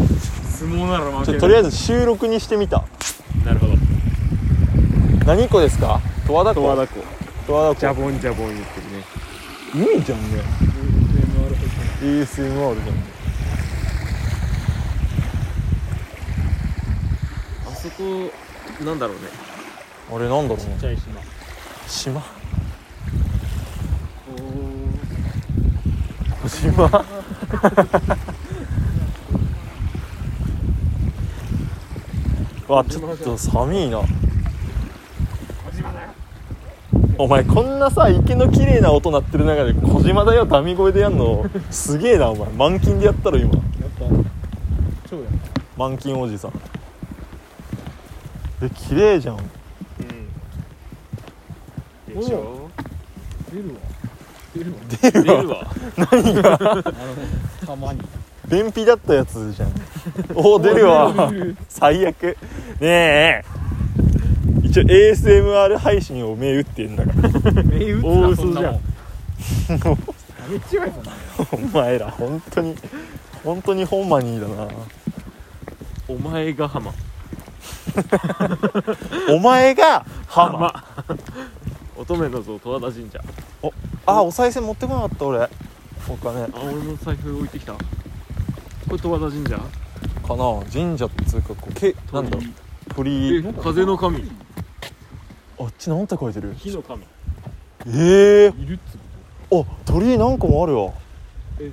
相撲なら負ちけょるとりあえず収録にしてみたなるほど何湖ですか十和田湖十和田湖十和ジ田ャ湖ボンジャボン言ってるね海じゃんね ASMR じゃんあそこなんだろうねあれなんだろうちっねちゃい島島おー島わちょっと寒いなお前こんなさ池の綺麗な音鳴ってる中で「小島だよ」ダミ声でやんのすげえなお前満金でやったろ今やっぱ超や満金おじさんで綺麗じゃんうんでしょ出るわ出るわ出るわたまに便秘だったやつじゃん おお出るわ最悪ねえ一応 ASMR 配信を目打ってんだから目打つ大そ嘘んじなもゃんんやめちまえそんなお前ら本当に本当に本マニーだお前が浜なお前がハマ浜乙女の像十和田神社あお賽銭持ってこなかった俺お金あ俺の財布置いてきたこれ十和田神社かな神社っつうかこうけなんだろうえ鳥居風の神あっちなんて書いてる火の神ええいるっつうあ鳥居なんかもあるわ風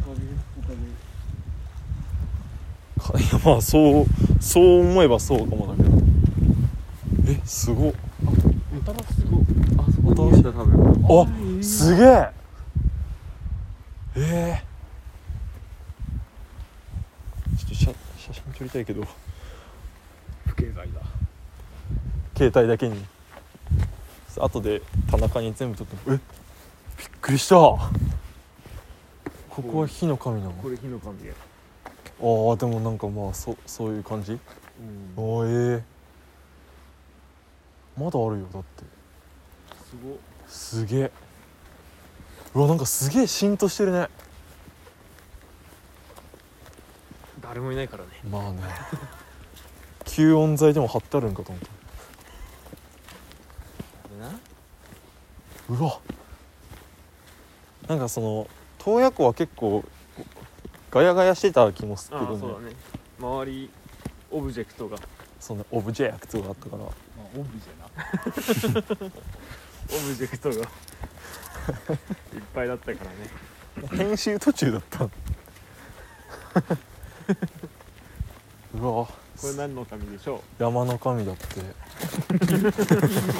風かいやまあそうそう思えばそうかもだけどえすごっお風新しいあそこにいるんだ多分あーすげえええちょっと写写真撮りたいけど不敬罪だ携帯だけに後で田中に全部撮ってもえびっくりしたここは火の神なのこれ火の神だよああでもなんかまあそそういう感じうんあーええまだあるよだってすごっすげえうわなんかすげえ浸透してるね誰もいないからねまあね吸音材でも貼ってあるんかと思ったうわなんかその洞爺湖は結構ガヤガヤしてた気もするあけあどねそうだね周りオブジェクトがそのオブジェクトがあったからまあオブじゃなオブジェクトが いっぱいだったからね編集途中だった うわこれ何の神でしょ山の神だ ってう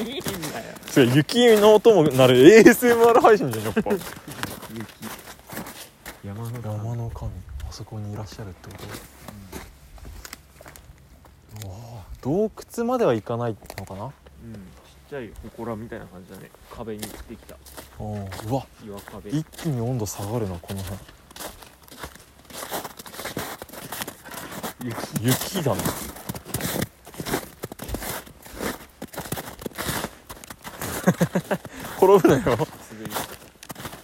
いいんだよそれ雪の音もなる ASMR 配信じゃんやっぱ雪山の山の神あそこにいらっしゃるってことうわ洞窟まではいかないのかなうんちっちゃい祠みたいな感じだね壁にできたうんうわ岩壁一気に温度下がるなこの辺雪雪だね 転ぶなよ滑り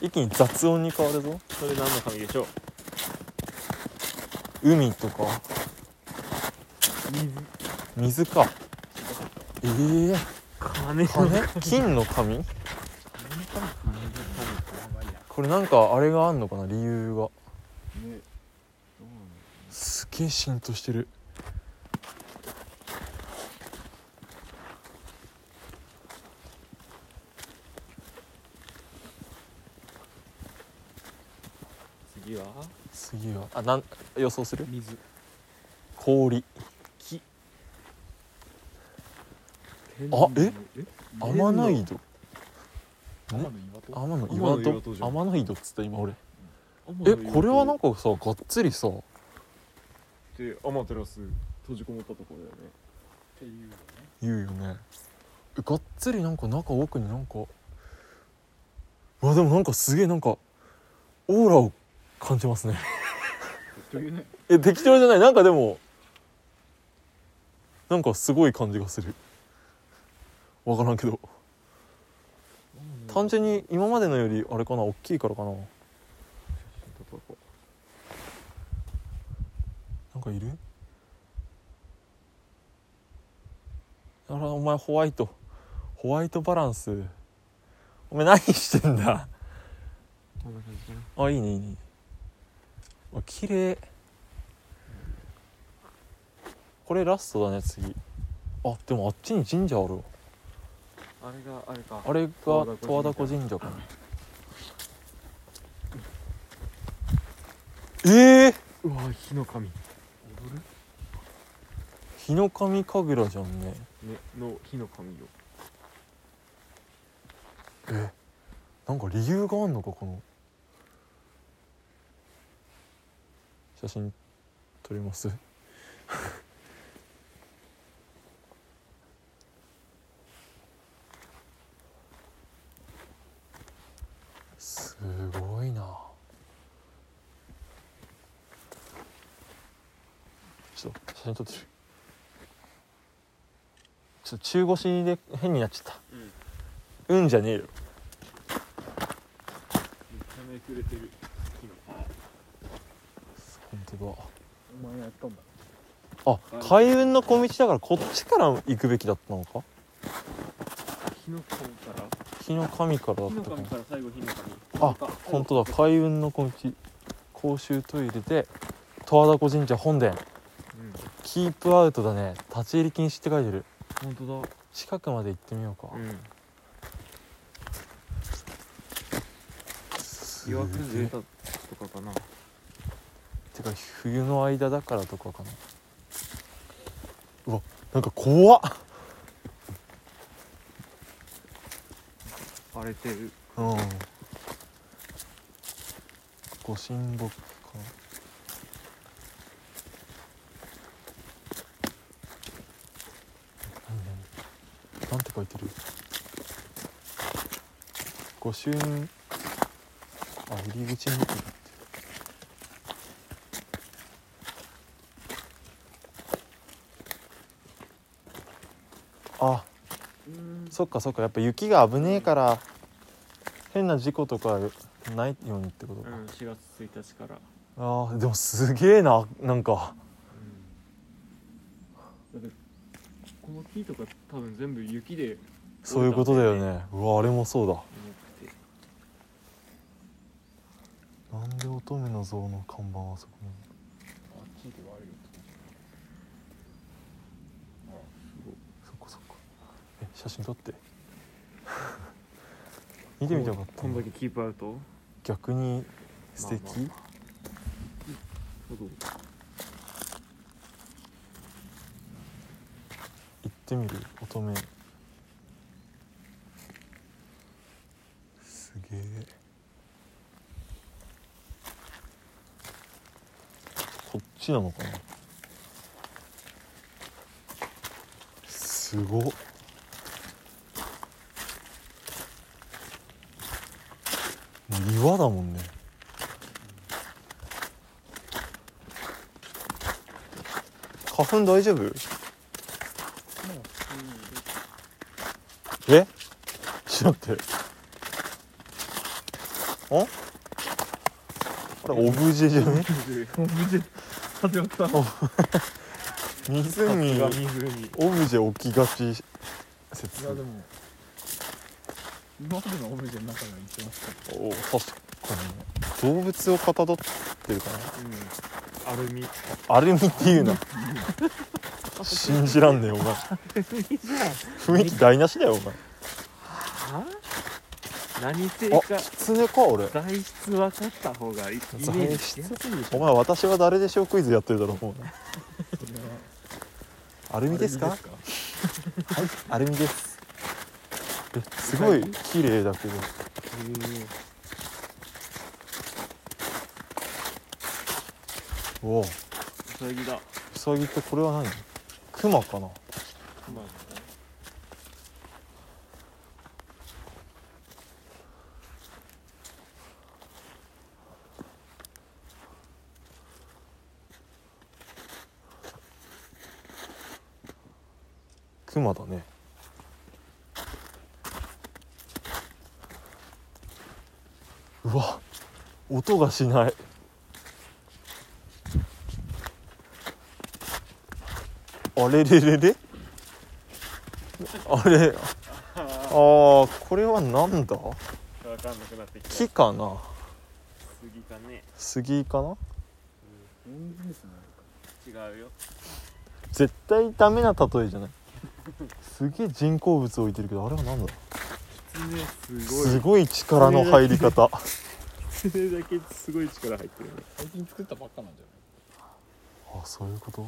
一気に雑音に変わるぞそれ何の神でしょう海とか水かええー、金金金の神やばいやこれなんかあれがあんのかな理由がねどうすげえ浸透してる次は次はあなん予想するなの水氷木あええ天の井戸天の岩と天の天岩の岩戸戸じゃん天の井戸っつった今俺えこれはなんっかさがっつりさてアマテラス閉じこもったところだよねっていうね言うよねえがっつりなんか中奥になんかうわでもなんかすげえなんかオーラを感じますねというねえ適当じゃないなんかでもなんかすごい感じがするわからんけど単純に今までのよりあれかな大きいからかななんかいるあらお前ホワイトホワイトバランスお前何してんだこんな感じかなあいいねいいねあ綺麗これラストだね次あでもあっちに神社あるわあれがあれかあれが十十和和田田湖湖神社神社かなええー、うわ火の神日の神神楽じゃんねねの火の神よえなんか理由があんのかこの写真撮りますすごいなちょっと写真撮ってるちょっと中腰で変になっちゃったうんじゃねえよめちゃめくれてる本当だお前がやったんだあ海運の小道だからこっちから行くべきだったのか火の神から日の神からだ火っのたか神なから最後火のあ本当だ海運の小道公衆トイレで十和田湖神社本殿うんキープアウトだね立ち入り禁止って書いてる本当だ近くまで行ってみようか、うんすげえ岩崩れたとかかなてか冬の間だからとかかなうわなんか怖っ荒れてるうんご神木か何何なんて書いてる御朱印あ入り口にあそっかそっかやっぱ雪が危ねえから変な事故とかないようにってことうか、ん4月1日からあーでもすげえななんかこの木とか多分全部雪でそういうことだよねうわあれもそうだ重くなてんで乙女の像の看板はそこにあっちで割れるそっかそっかえ写真撮って 見てみたかったこんなだけキープアウト逆に素敵、まあまあまどう行ってみる乙女すげえこっちなのかなすごっ岩だもんね花粉大丈夫えちょっと待ってんあれオブジェじゃね始まった湖にが湖オブジェ置きがちい説やでも今までのオブジェの中には行ってますお確かにね動物をかたどってるかうんアルミなアルミっていうな信じらんねえお前雰囲気台無しだよお前は何性あか狐か俺材質分かった方がいいイメージしやすいでしおょ前私は誰でしょうクイズやってるだろうもうそれはアルミですアかルミはいアルミですえすごい綺麗だけどおおウサギだウサギってこれは何クマかなまあクマだねうわ音がしないあれれれれあれああこれはなんだ分かんなくなってきた木かな杉かね杉かなンジュースなのか違うよ絶対ダメな例えじゃないすげえ人工物置いてるけどあれはなんだ狐すごいすごい力の入り方あ狐だけすごい力入ってるね最近作ったばっかなんじゃないそういうこと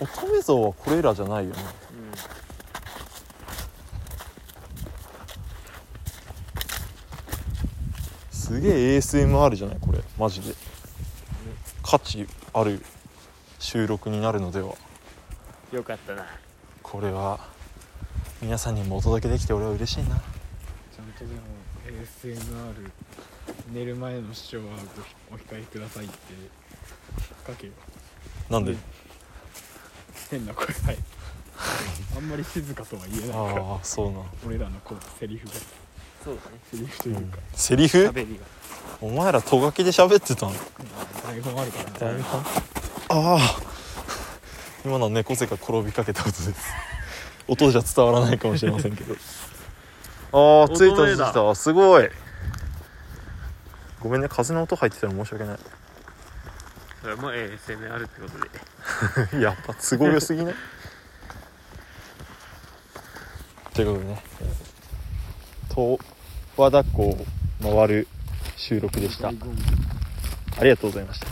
乙女像はこれらじゃないよねうんすげえ ASMR じゃないこれマジで価値ある収録になるのではよかったなこれは皆さんにもお届けできて俺は嬉しいちなゃんとでも ASMR 寝る前の視聴はごお控えくださいって書けよなんで、うん変な声はいあんまり静かとは言えないからああそうな、俺らのこうセリフがそうだねセリフといううんか、セリフ喋りがお前らとがきで喋ってたの台本あるからねああ今のは猫背が転びかけた音です音じゃ伝わらないかもしれませんけど ああついたついたすごいごめんね風の音入ってたら申し訳ないそれも ASMR ってことで やっぱ都合良すぎない ということでね十和田湖を回る収録でしたあ醍醐味りがとうございました